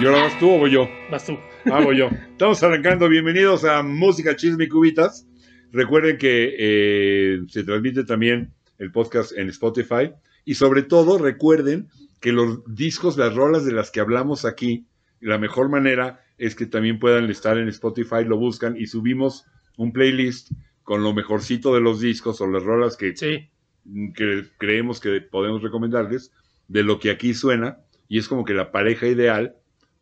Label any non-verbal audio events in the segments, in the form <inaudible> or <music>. ¿Y ahora vas tú o voy yo? Vas tú. Hago yo. Estamos arrancando. Bienvenidos a Música Chisme y Cubitas. Recuerden que eh, se transmite también el podcast en Spotify. Y sobre todo, recuerden que los discos, las rolas de las que hablamos aquí, la mejor manera es que también puedan estar en Spotify, lo buscan y subimos un playlist con lo mejorcito de los discos o las rolas que, Sí. que creemos que podemos recomendarles de lo que aquí suena y es como que la pareja ideal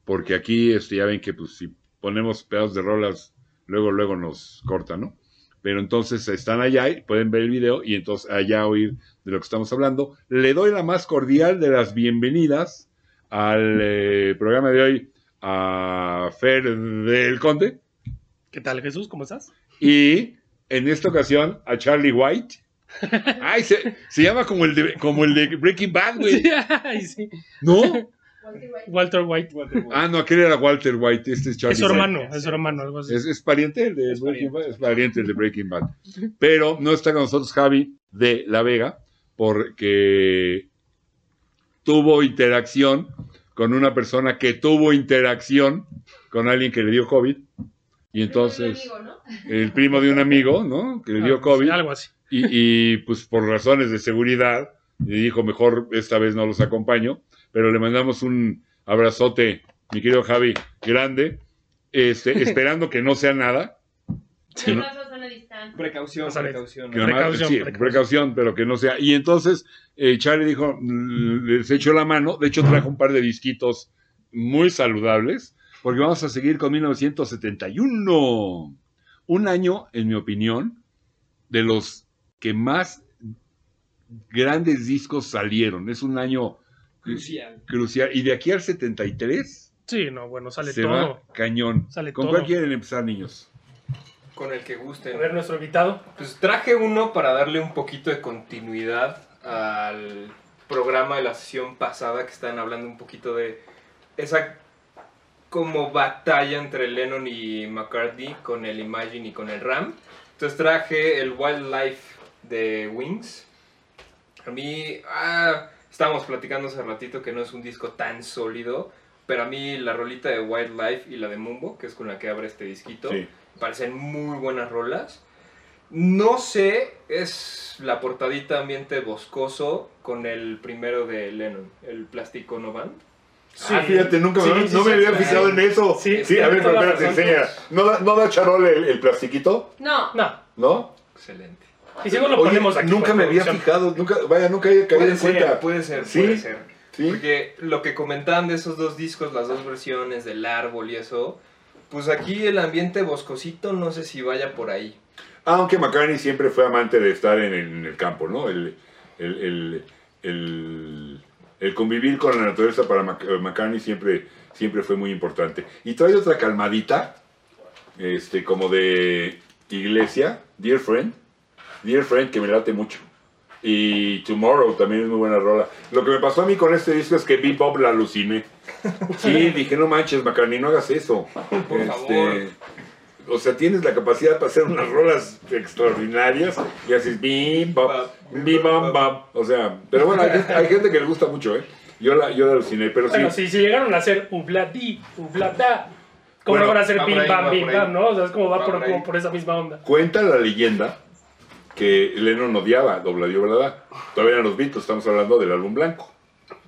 porque aquí este, ya ven que pues si ponemos pedazos de rolas luego luego nos cortan, ¿no? Pero entonces están allá y pueden ver el video y entonces allá oír de lo que estamos hablando. Le doy la más cordial de las bienvenidas al eh, programa de hoy a Fer del Conde ¿Qué tal, Jesús? ¿Cómo estás? y en esta ocasión a Charlie <laughs> White. Ay, se, se llama como el de, como el de Breaking Bad, güey. Sí, <laughs> ay, sí. ¿No? Walter White. Ah, no, aquel era Walter White, este es Charlie Es su White. hermano, es su hermano, algo así. Es, es pariente el de Es Breaking Bad, pariente. es pariente el de Breaking Bad. Pero no está con nosotros Javi de La Vega porque tuvo interacción con una persona que tuvo interacción con alguien que le dio COVID. Y entonces, el primo de un amigo, ¿no? Que le dio Ah, Algo COVID. así, Algo así. Y, y, pues por razones de seguridad, le dijo, mejor esta vez no los acompaño, pero le mandamos un abrazote, mi querido Javi, grande, este, esperando que no sea nada, Sí, no. a distancia. Precaución, Pásale. precaución. que nada más- Precaución, sí, precaución. precaución, pero que no sea. Y entonces eh, Charlie dijo, mm, les echo la mano, de hecho trajo un par de disquitos muy saludables, porque vamos a seguir con 1971, un año, en mi opinión, de los que más grandes discos salieron. Es un año Crucial. crucial. Y de aquí al 73 Sí, no, bueno, sale se todo. va cañón. Sale ¿Con todo. cuál quieren empezar, niños? Con el que A gusten. ver, nuestro invitado. Pues traje uno para darle un poquito de continuidad al programa de la sesión pasada que estaban hablando un poquito de esa como batalla entre Lennon y McCartney con el Imagine y con el Ram. Entonces traje el Wildlife de Wings. A mí, ah, estábamos platicando hace ratito que no es un disco tan sólido, pero a mí la rolita de Wildlife y la de Mumbo, que es con la que abre este disquito, parecen muy buenas rolas. No sé, es la portadita ambiente boscoso con el primero de Lennon, el plástico no van. Sí. ah, fíjate, nunca me, Sí, no sí, me sí, había claro. fijado en eso. Sí, Sí, tiene a ver, toda pero la espérate, razón. enseña. ¿No da, no da charol el, el plastiquito? No, No. ¿No? Excelente. Y si no lo Oye, ponemos aquí. nunca por me había producción. fijado, nunca, vaya, nunca había caído Puede en cuenta. ser, puede ser, Sí. puede ser. Sí, Porque lo que comentaban de esos dos discos, las dos versiones del árbol y eso, pues aquí el ambiente boscosito no sé si vaya por ahí. aunque McCartney siempre fue amante de estar en, en el campo, ¿no? El, el, el, el- el convivir con la naturaleza para Mac- eh, McCartney siempre, siempre fue muy importante. Y trae otra calmadita, este, como de iglesia, Dear Friend, Dear Friend, que me late mucho. Y Tomorrow también es muy buena rola. Lo que me pasó a mí con este disco es que Bebop <laughs> la aluciné. Sí, dije, no manches, McCartney, no hagas eso. Este, Por favor. O sea, tienes la capacidad para hacer unas rolas extraordinarias y haces bebop, bebop, bop. O sea, pero bueno, hay, hay gente que le gusta mucho, ¿eh? Yo la, yo la aluciné, pero sí. Bueno, si, si llegaron a hacer ubladi, ublada, ¿cómo Bueno, no van a hacer va por bim ahí, bam, va bim por ahí. bam, no? O sea, es como va, Va por, por ahí. como por esa misma onda. Cuenta la leyenda que Lennon odiaba Doble Dio ¿verdad? Todavía eran los Beatles, estamos hablando del álbum blanco.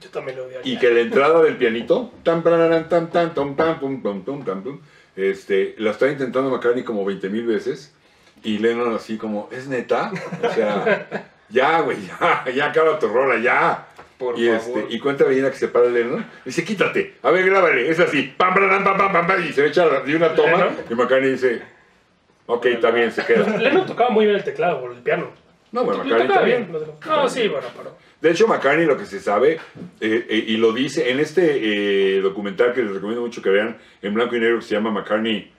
Yo también lo odiaría. Y que la entrada del pianito, tan, prararán, tan, tan, tom, tan, pum, pum, pum, tan, pum, este, la está intentando McCartney como 20 mil veces. Y Lennon así como, ¿es neta? O sea, ya, güey, ya, ya acaba tu rola, ya. Por y, favor. Este, y cuenta la leyenda que se para Lennon. y Dice, quítate, a ver, grábale. Es así, pam, prararán, pam, pam, pam, pam, y se echa la- de una toma. Lennon. Y McCartney dice, ok, está bien, se queda. <laughs> Lennon tocaba muy bien el teclado o el piano. No, bueno, Lo McCartney tocaba también. bien. lo tocaba- No, sí, bueno, pero... De hecho, McCartney lo que se sabe, eh, eh, y lo dice en este eh, documental que les recomiendo mucho que vean, en blanco y negro, que se llama McCartney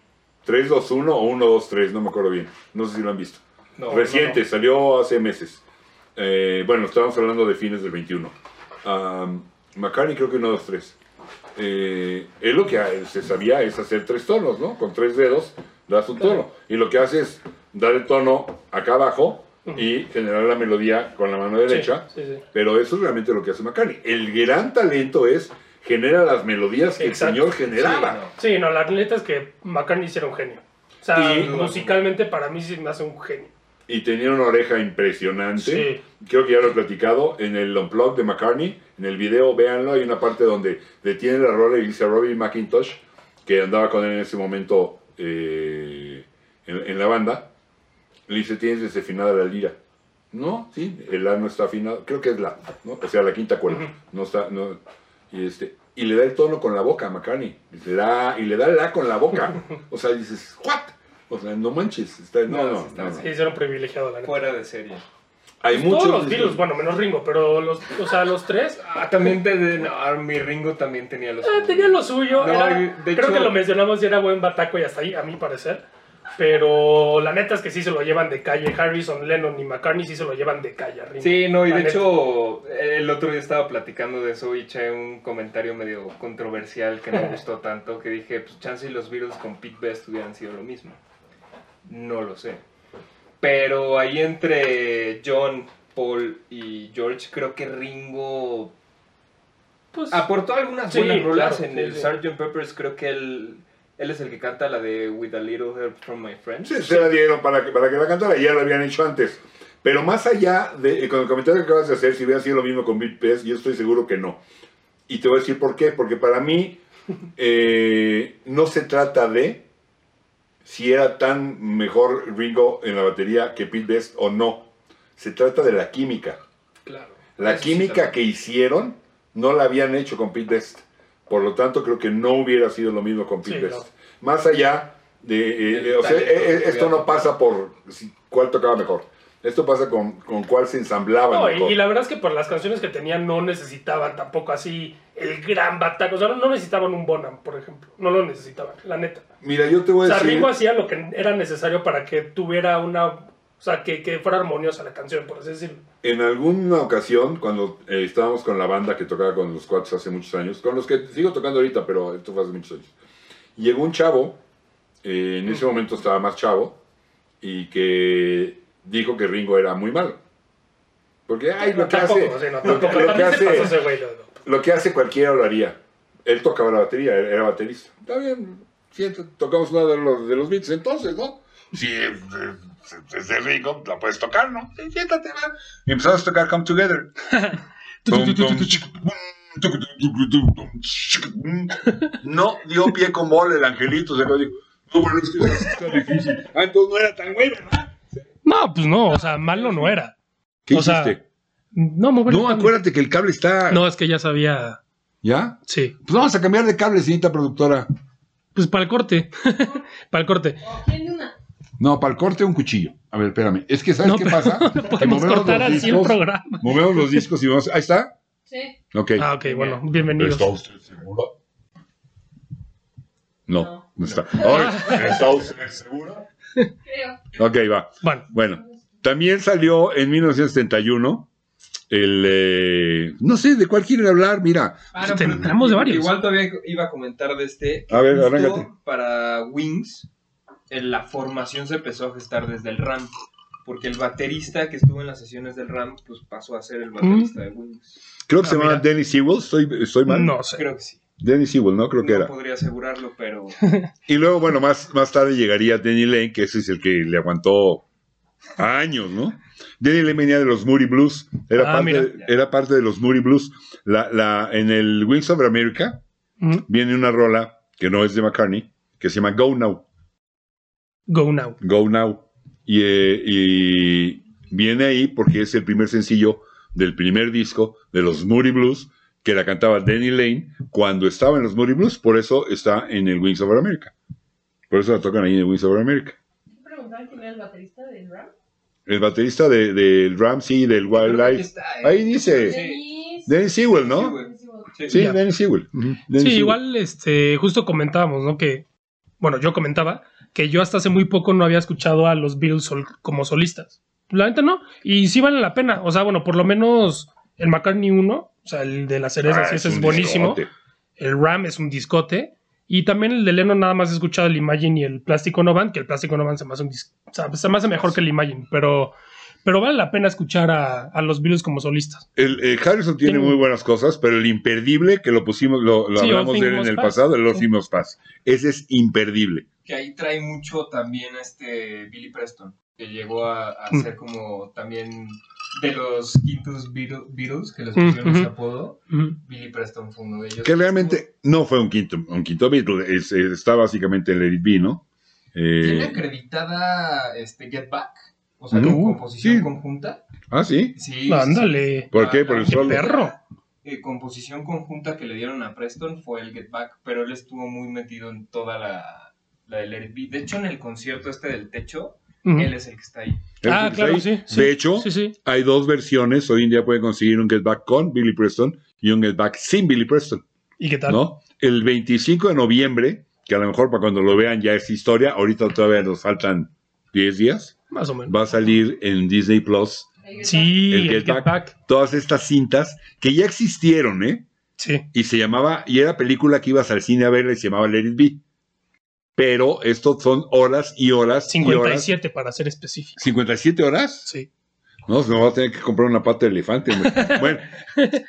321 o 123, no me acuerdo bien. No sé si lo han visto. No, Reciente, salió hace meses. Eh, bueno, estábamos hablando de fines del 21. Am, McCartney creo que 123. Eh, él lo que ha- se sabía es hacer tres tonos, ¿no? Con tres dedos das un tono. Y lo que hace es dar el tono acá abajo y generar la melodía con la mano sí, derecha. Sí, sí. Pero eso es realmente lo que hace McCartney. El gran talento es genera las melodías que Exacto. el señor Sí, generaba. no. Sí, no, la neta es que McCartney sí era un genio. O sea, Y- musicalmente para mí sí me hace un genio. Y tenía una oreja impresionante. Creo que ya lo he platicado en el unplug de McCartney. En el video, véanlo, hay una parte donde detiene la rola y dice a Robbie McIntosh, que andaba con él en ese momento eh, en, en la banda. Le dice, tienes desafinada la lira. No, sí, el A no está afinado. Creo que es la, ¿no? O sea, la quinta cuerda. No está, no. Y este, y le da el tono con la boca a McCartney. Dice, la, y le da la con <laughs> la boca. O sea, dices, ¿what? O sea, no manches. Está, no, No, no, está no, no. así. Sí, hicieron privilegiado, la neta. Fuera de serie. Hay Pues todos los muchos- Beatles, bueno, menos Ringo, pero los, o sea, los tres Ah, también te de, no, ah, mi Ringo también Ah, tenía los. eh, tenían lo suyo. No, era- y de creo hecho- que lo mencionamos y era buen bataco y hasta ahí, a mi parecer. Pero la neta es que sí se lo llevan de calle. Harrison, Lennon y McCartney sí se lo llevan de calle. a Ringo. Sí, no, y La de neta. hecho el otro día estaba platicando de eso y eché un comentario medio controversial que <laughs> no gustó tanto, que dije, pues chance y los Beatles con Pete Best hubieran sido lo mismo. No lo sé. Pero ahí entre John, Paul y George, creo que Ringo Pues, aportó algunas Sí, buenas rolas claro, en sí, el sí. Sgt. Peppers, creo que él, él es el que canta la de With a Little Help From My Friends. Sí, se la dieron para que, para que la cantara, ya lo habían hecho antes. Pero más allá, de, eh, con el comentario que acabas de hacer, si hubiera sido lo mismo con Bill Pez, yo estoy seguro que no. Y te voy a decir por qué, porque para <laughs> mí eh, no se trata de si era tan mejor Ringo en la batería que Pete Best o no. Se trata de la química. Claro. La Eso sí química está- que hicieron no la habían hecho con Pete Best. Por lo tanto, creo que no hubiera sido lo mismo con Pete Sí, Best. no. Más allá de... eh, El eh, o sea, talento eh, eh, que esto hubiera no pasa por si- cuál tocaba mejor. Esto pasa con, con cuál se Ah, ensamblaban No, y, mejor. y la verdad es que por las canciones que tenían no necesitaban tampoco así el gran bataco. O sea, no, no necesitaban un Bonham, por ejemplo. No lo necesitaban, la neta. Mira, yo te O voy a sea, decir... Ringo hacía lo que era necesario para que tuviera una... O sea, que, que fuera armoniosa la canción, por así decirlo. En alguna ocasión, cuando eh, estábamos con la banda que tocaba con los cuates hace muchos años, con los que sigo tocando ahorita, pero esto fue hace muchos años, llegó un chavo, eh, en Mm. ese momento estaba más chavo, y que dijo que Ringo era muy malo. Porque, ay, No, lo que tampoco, hace, sí, no, lo, tampoco. lo que También se pasó hace, ese güey. la verdad. lo que hace cualquiera lo haría. Él tocaba la batería, era era baterista. Está bien, siento, tocamos una de los, de los beats entonces, ¿no? Sí, es, es- es de Ringo, la puedes tocar, ¿no? Sí, siéntate, va. Y empezamos a tocar Come Together. <laughs> Tum, tum, chic, bum, tucu, tucu, tucu, tum, chic, bum. No dio pie con bola el angelito, se lo dijo. No, bueno, es que está difícil. Ah, entonces no era tan güey, ¿verdad? No, pues no, o sea, malo no era. ¿Qué O sea, hiciste? No, mover no, acuérdate que el cable está. No, es que ya sabía. ¿Ya? Sí. Pues vamos a cambiar de cable, señorita productora. Pues para el corte. <laughs> para el corte. ¿O quién de una? No, para el corte un cuchillo. A ver, espérame. Es que, ¿sabes No, qué pero pasa? <laughs> Que Podemos movemos cortar los así el discos- programa. Movemos los discos y vamos. Ahí está. Sí. Ok. Ah, ok, bueno, bienvenidos. ¿Está usted seguro? No, No. no está. Ahora, ¿Está usted seguro? Creo. Ok, va. Bueno, Bueno, también salió en 1971 el... eh, no sé, ¿de cuál quieren hablar? Mira. Ah, Te pero entramos de varios. Igual todavía iba a comentar de este. A Eh, ver, Justo arráncate. Para Wings, en la formación se empezó a gestar desde el RAM. Porque el baterista que estuvo en las sesiones del RAM, pues pasó a ser el baterista de Wings. Creo que se Ah, llama mira. Dennis Ewell. ¿Estoy, estoy mal? no sé. Creo que sí. Dennis Ewell, ¿no? Creo que no era. podría asegurarlo, pero. Y luego, bueno, más, más tarde llegaría Danny Lane, que ese es el que le aguantó años, ¿no? Danny Lane venía de los Moody Blues, era, Ah, parte, mira. de- era parte de los Moody Blues. La, la, en el Wings of America Mm, viene una rola que no es de McCartney, que se llama Go Now, Go now. Go Now. Y, eh, y viene ahí porque es el primer sencillo del primer disco de los Moody Blues que la cantaba Danny Lane cuando estaba en los Moody Blues, por eso está en el Wings of America. Por eso la tocan ahí en el Wings of America. preguntaban quién era el baterista del Ram? El baterista de- del Ramsey y del Creo que Wildlife. está, eh. Ahí dice. Dennis. Dennis Sewell, ¿no? Sewell. Sí. Sí, Ya. Dennis Sewell. Ujú, Dennis Sí, Sewell. igual, este, justo comentábamos, ¿no? Que, bueno, yo comentaba que yo hasta hace muy poco no había escuchado a los Beatles sol- como solistas. La neta no. Y sí vale la pena. O sea, bueno, por lo menos el McCartney 1, o sea, el de las cerezas, Ah, ese es un buenísimo. discote. El Ram es un discote. Y también el de Lennon nada más he escuchado el Imagine y el Plástico Novan, que el Plástico Novan se me hace, un dis- o sea, se me hace mejor que el Imagine, pero, Pero vale la pena escuchar a, a los Beatles como solistas. El, eh, Harrison tiene Tengo- muy buenas cosas, pero el imperdible que lo pusimos, lo, lo Sí, hablamos All de él Things en el Must Pass. pasado, el Los Sí. Simos Pass. Ese es imperdible. Que ahí trae mucho también este Billy Preston, que llegó a, a Mm. ser como también de los quintos Beatle- Beatles, que les Mm, pusieron ese ujú. apodo. Ujú. Billy Preston fue uno de ellos. Que realmente no fue un quinto, un quinto Beatle, es- es- está básicamente el Eric B, ¿no? Eh, Tiene acreditada este, Get Back, o sea, Ujú. con composición Sí. conjunta. ah, sí. Sí, sí, Ándale. ¿Por qué? Por el Qué ¡Qué solo. perro! eh, composición conjunta que le dieron a Preston fue el Get Back, pero él estuvo muy metido en toda la, la del R&B. De hecho, en el concierto este del techo, Ujú. él es el que está ahí. Ah, Entonces, claro, ahí- sí, sí. De hecho, Sí, sí. hay dos versiones. Hoy en día pueden conseguir un Get Back con Billy Preston y un Get Back sin Billy Preston. ¿Y qué tal? ¿no? El 25 de noviembre, que a lo mejor para cuando lo vean ya es historia, ahorita todavía nos faltan 10 días, Más o menos. va a salir en Disney Plus Sí, El el Get Get Back. Back. todas estas cintas que ya existieron, ¿eh? Sí. Y se llamaba, y era película que ibas al cine a verla y se llamaba Let It Be. Pero estos son horas y horas y horas. 57 para ser específico. ¿57 horas? Sí. No, se me va a tener que comprar una pata de elefante. hombre. <laughs> Bueno,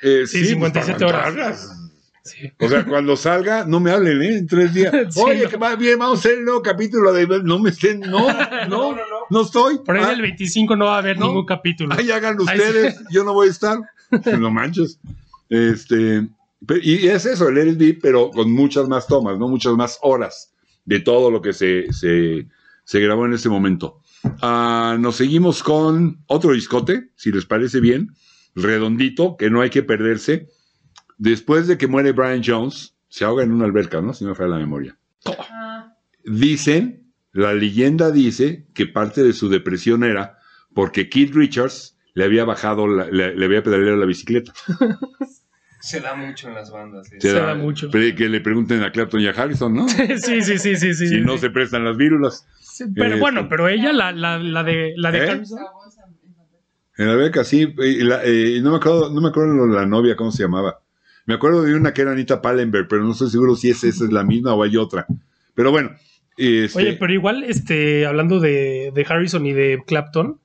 eh, Sí, pues, 57 para horas. mandarlas. sí. O sea, cuando salga, no me hablen, ¿eh? En tres días. <laughs> Sí, Oye, no. que más bien, vamos a hacer el nuevo capítulo de... No me <laughs> estén... No, no, no estoy. Por ahí Ah, del 25 no va a haber No. ningún capítulo. ahí hagan Ay, sí. ustedes, yo no voy a estar. No manches. Este... pe- Y es eso, el LD, pero con muchas más tomas, ¿no? Muchas más horas de todo lo que se, se, se grabó en ese momento. Ah, nos seguimos con otro discote, si les parece bien, redondito, que no hay que perderse. Después de que muere Brian Jones, se ahoga en una alberca, ¿no? Si no me falla la memoria. Ah, Dicen, la leyenda dice que parte de su depresión era porque Keith Richards le había bajado, la- le, le había pedaleado la bicicleta. Se da mucho en las bandas. ¿eh? Se da mucho. pre- Que le pregunten a Clapton y a Harrison, ¿no? <laughs> sí, sí, sí, sí, sí. si sí, no sí. se prestan las vírulas. Sí, Pero Eh, bueno, sí. pero ella, la, la, la de, la de ¿Eh? Harrison, chavos en- en- En la beca, sí. y la- eh, no, me acuerdo, no me acuerdo la novia, ¿cómo se llamaba? Me acuerdo de una que era Anita Pallenberg, pero no estoy seguro si esa, esa es la misma o hay otra. Pero bueno. este, Oye, pero igual, este, hablando de, de Harrison y de Clapton,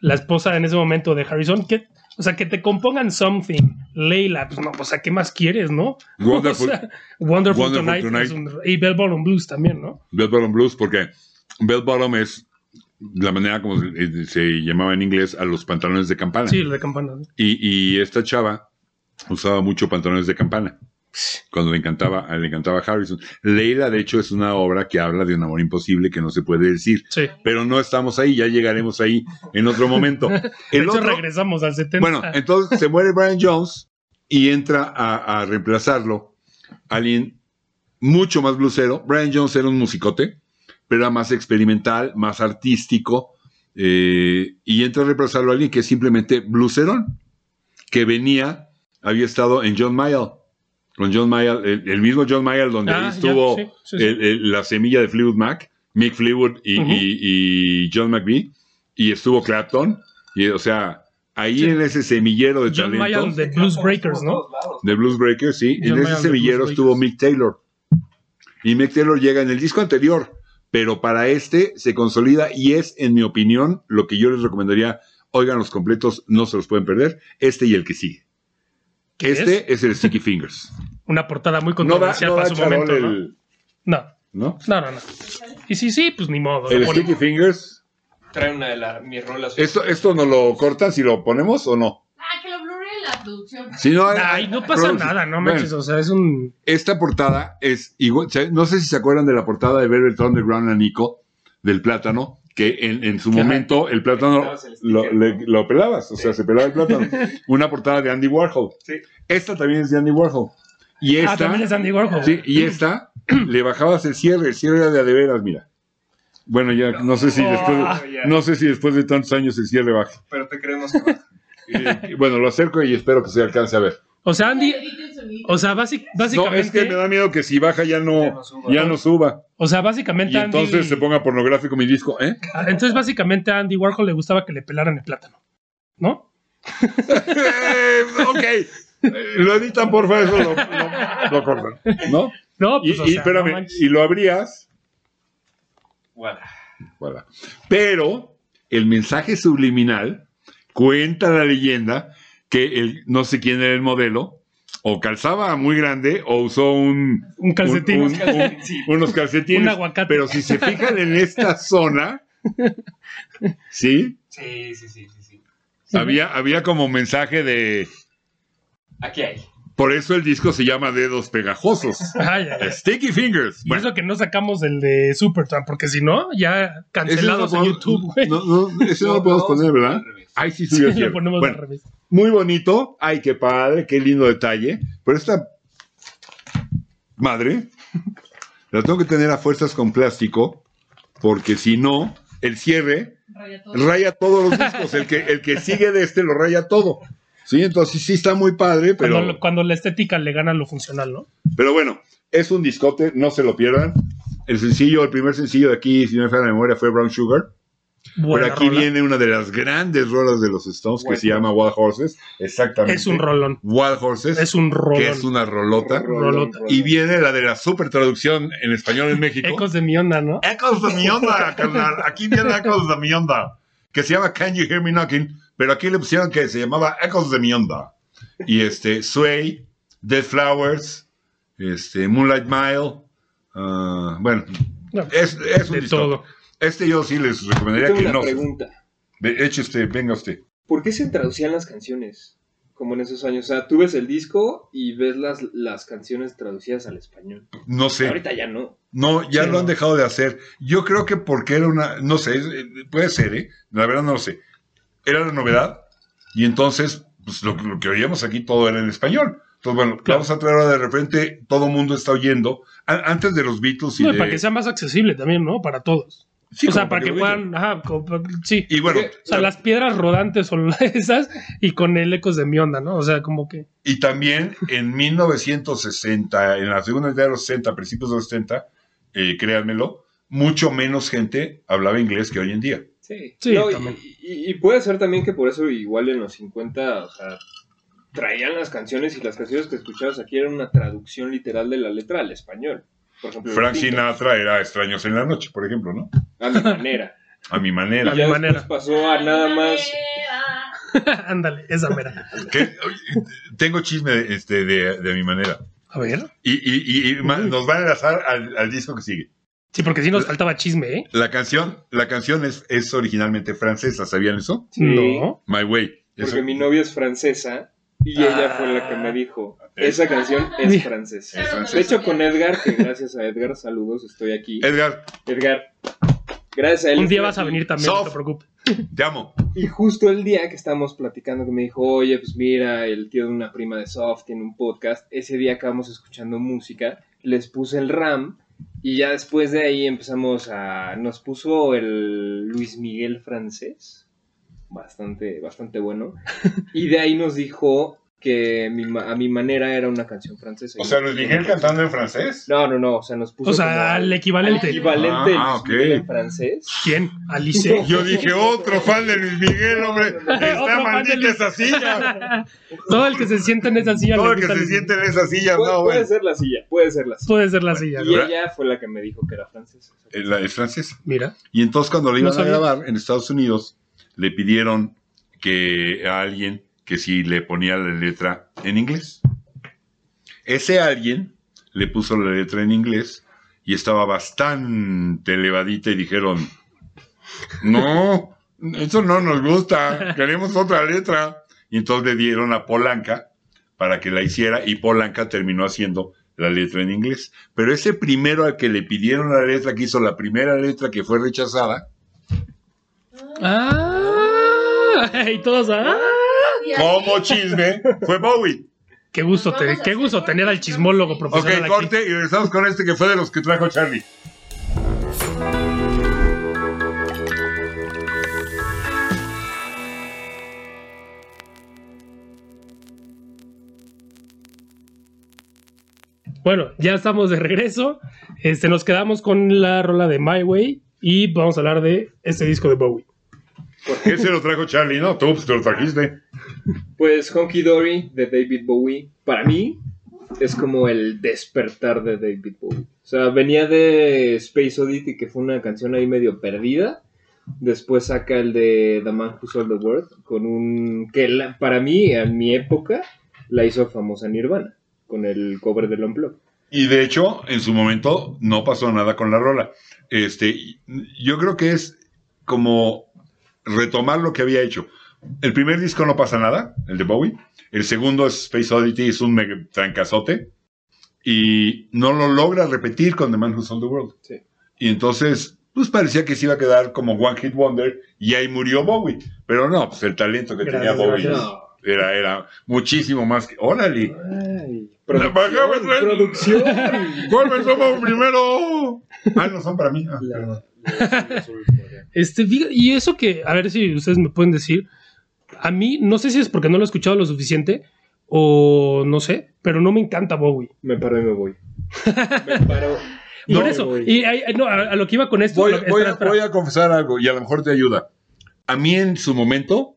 la esposa en ese momento de Harrison, que, o sea, que te compongan something, Leila, pues no, o sea, ¿qué más quieres, no? Wonderful. <laughs> O sea, Wonderful, Wonderful Tonight, Tonight. es un- y Bell Bottom Blues también, ¿no? Bell Bottom Blues, porque Bell Bottom es la manera como se, se llamaba en inglés a los pantalones de campana. Sí, la de campana. Y, y esta chava usaba mucho pantalones de campana. Cuando le encantaba, le encantaba Harrison. Leila, de hecho, es una obra que habla de un amor imposible que no se puede decir. Sí. Pero no estamos ahí, ya llegaremos ahí en <laughs> otro momento. De El hecho, otro, regresamos al Ah, 70. bueno, entonces se muere Brian Jones y entra a, a reemplazarlo alguien mucho más blusero. Brian Jones era un musicote, pero era más experimental, más artístico. eh, y entra a reemplazarlo alguien que es simplemente bluserón, que venía, había estado en John Mayall. Con John Mayall, el, el mismo John Mayall donde Ah, ahí ya, estuvo sí, sí, sí. el- el- Eh, la semilla de Fleetwood Mac, Mick Fleetwood y, Ujú. y- y John McVie, y estuvo Clapton, y o sea, ahí Sí. en ese semillero de John talento Mayall de Blues Breakers, Por ¿no? todos lados. de Blues Breakers, sí, John en ese Mayall de semillero Blues estuvo Breakers. Mick Taylor. Y Mick Taylor llega en el disco anterior, pero para este se consolida y es, en mi opinión, lo que yo les recomendaría. Oigan los completos, no se los pueden perder. Este y el que sigue. ¿Qué Este es, el Sticky Fingers. Una portada muy No da, <laughs> controversial no da para su charol momento, ¿no? el- No, ¿no? no, no, no. Y sí, sí, pues ni modo. El la ponen. Sticky Fingers. Trae una de las mis rolas. ¿Esto, ¿Esto nos lo cortan si lo ponemos o no? Ah, que lo blurré en la producción. Si no, Ay, no pasa Production. nada, no Bueno, manches. O sea, es un. Esta portada es igual. se- No sé si se acuerdan de la portada de Velvet Underground a Nico, del plátano, que en, en su Ajá. momento el plátano Quitabas el lo, sticker, le- ¿no? lo pelabas, o sea, Sí. se pelaba el plátano. Una portada de Andy Warhol. Sí. Esta también es de Andy Warhol. Y Ah, esta, también es Andy Warhol. sí, y esta <clears throat> le bajabas el cierre, el cierre era de adeveras, mira. Bueno, ya no sé si Oh, después, ya. no sé si después de tantos años el cierre baje. Pero te creemos que va. Eh, bueno, lo acerco y espero que se alcance a ver. O sea, Andy. Le edito el sonido. O sea, basi- No, es básicamente. que me da miedo que si baja ya no, Ya no suba. ya no suba. O sea, Y básicamente Andy. entonces se ponga pornográfico mi disco, ¿eh? Ah, entonces, básicamente a Andy Warhol le gustaba que le pelaran el plátano. ¿No? <laughs> Eh, ok. Eh, Lo editan, porfa, eso lo, lo- lo cortan, ¿no? No, Y, pues. o y sea, espérame, no manches. y lo abrías, Guau. voilà. pero el mensaje subliminal Cuenta la leyenda que el, no sé quién era el modelo, o calzaba muy grande o usó un, Un calcetín. un- un- unos calcetines. Un aguacate. Pero si se fijan en esta zona, ¿sí? Sí, sí, sí, sí, sí. Ujú. Había, había como mensaje de... Aquí hay. Por eso el disco se llama Dedos Pegajosos. Ay, ay, ay. Sticky Fingers. Y Bueno, eso que no sacamos el de Supertramp, porque si no, ya ese no lo cancelados en podemos- YouTube, güey. <laughs> No, no, ese no lo podemos poner, ¿verdad? Ah, Ay, sí, sí, Sí, yo lo quiero. ponemos Bueno, al revés. muy bonito. Ay, qué padre, qué lindo detalle. Pero esta madre la tengo que tener a fuerzas con plástico, porque si no, el cierre Raya todo. raya todos los discos. El que, el que sigue de este lo raya todo. Sí, entonces sí está muy padre, pero, Cuando, lo- cuando la estética le gana lo funcional, ¿no? pero bueno, es un discote, no se lo pierdan. El sencillo, el primer sencillo de aquí, si no me falla la memoria, fue Brown Sugar. Por Buena aquí rola. viene una de las grandes rolas de los Stones que Bueno. se llama Wild Horses. Exactamente. Es un rolón. Wild Horses, Es un rolón. que es una rolota. rolota. Y viene la de la super traducción en español <laughs> en México. Ecos de mi onda, ¿no? Ecos de mi onda, carnal. Aquí viene Ecos de mi onda. Que se llama Can You Hear Me Knocking, pero aquí le pusieron que se llamaba Ecos de mi onda. Y este, Sway, Dead Flowers, este, Moonlight Mile. ah, bueno, No, es, es un de disco. todo. Este yo sí les Yo recomendaría tengo que una no. pregunta. De hecho, este, venga usted. ¿Por qué se traducían las canciones? Como en esos años. O sea, tú ves el disco y ves las, las canciones traducidas al español. No sé. Ahorita ya no. No, ya Sí, lo han no. dejado de hacer. Yo creo que porque era una, no sé, es- eh, puede ser, ¿eh? La verdad no lo sé. Era la novedad y entonces pues, lo, lo que oíamos aquí todo era en español. Entonces, bueno, Claro. vamos a traer ahora de repente, todo mundo está oyendo, a- antes de los Beatles y No, y de- para que sea más accesible también, ¿no? Para todos. Sí, o sea, como para que lo puedan. Ajá, como para- sí. oigan. Y bueno, O sea, las piedras rodantes son <laughs> esas y con el ecos de mi onda, ¿no? O sea, como que. <laughs> y también en 1960, en la segunda mitad de los 60, principios de los 70, eh, créanmelo, mucho menos gente hablaba inglés que hoy en día. Sí. Sí, No, y- también. Y, y puede ser también que por eso igual en los 50, o sea, traían las canciones y las canciones que escuchabas aquí eran una traducción literal de la letra al español. Por ejemplo, Frank los Beatles, Sinatra era Extraños en la Noche, por ejemplo, ¿no? A mi manera. A mi manera. Y ya después manera. pasó a nada más. Manera. Ándale, esa mera. Que, oye, tengo chisme este, de, de mi manera. A ver. Y, y- y- y ma- nos va a enlazar al, al disco que sigue. Sí, porque sí nos faltaba chisme, ¿eh? La canción, la canción es, es originalmente francesa, ¿sabían eso? Sí. No. My Way. Eso- Porque mi novia es francesa y ella fue la que me dijo, esa canción Ah. Eh. es Mira. francesa. Eh. Claro, Eso. De pero hecho, no con quiero. Edgar, que gracias a Edgar, saludos, estoy aquí. Edgar, Edgar, gracias a él. Un día estoy vas a aquí. venir también, no te Sof. preocupes. te amo. Y justo el día que estábamos platicando, que me dijo, oye, pues mira, el tío de una prima de Soft tiene un podcast. Ese día acabamos escuchando música, les puse el RAM y ya después de ahí empezamos a. Nos puso el Luis Miguel francés, bastante, bastante <laughs> bueno. Y de ahí nos dijo que mi ma- a mi manera era una canción francesa. O sea, Luis Miguel cantando en francés. No, no, no, o sea, nos puso. O como sea, al equivalente. equivalente de Ah, Luis ok. Miguel en francés. ¿Quién? Alice. Yo dije, otro fan de Luis Miguel, hombre. <laughs> Está Otro fan de maldita Luis- esa silla. Todo el que se sienta en esa silla. Todo le el que gusta se Luis siente en esa silla, Pues, Puede, no, puede bueno. ser la silla, puede ser la silla. Puede ser la silla. Y ¿no? ella fue la que me dijo que era francesa. Eh, La es francesa. Mira. Y entonces cuando lo No iban a sabía. grabar en Estados Unidos, le pidieron que a alguien que si le ponía la letra en inglés. Ese alguien le puso la letra en inglés y estaba bastante elevadita y dijeron, no, eso no nos gusta, queremos otra letra. Y entonces le dieron a Polanca para que la hiciera y Polanca terminó haciendo la letra en inglés. Pero ese primero al que le pidieron la letra, que hizo la primera letra que fue rechazada, Ah, y todos, ah, Y ahí- como chisme, fue Bowie. qué gusto, te- qué gusto tener al chismólogo Ok, profesional aquí. corte y regresamos con este que fue de los que trajo Charlie. Bueno, ya estamos de regreso. Este, nos quedamos con la rola de My Way y vamos a hablar de este disco de Bowie. Ese lo trajo Charlie, ¿no? Tú pues, te lo trajiste. Pues Honky Dory de David Bowie, para mí es como el despertar de David Bowie. O sea, venía de Space Oddity, que fue una canción ahí medio perdida, Después saca el de The Man Who Sold the World, con un. que la- para mí, en mi época, la hizo famosa Nirvana, con el cover del Unplugged. Y de hecho, en su momento no pasó nada con la rola. Este, y- yo creo que es como retomar lo que había hecho. El primer disco no pasa nada, el de Bowie. El segundo es Space Oddity, es un mega trancazote. Y no lo logra repetir con The Man Who Sold the World. Sí. Y entonces, pues parecía que se iba a quedar como One Hit Wonder y ahí murió Bowie. Pero no, pues el talento que tenía Gracias, Bowie gracias. Era, era muchísimo más que... ¡Órale! Ay, La bajaba, producción, güey. producción. <laughs> ¡Golpe somos primero! Ah, no son para mí. Ah, La- perdón. la- la- Este, fí- y eso que, a ver si ustedes me pueden decir, a mí no sé si es porque no lo he escuchado lo suficiente o no sé, pero no me encanta Bowie. me paro y me voy. Me paro. y Por me eso, voy. y ahí- ahí- no, a, a lo que iba con esto, Voy, lo- espera, voy a, espera. voy a confesar algo y a lo mejor te ayuda. A mí en su momento,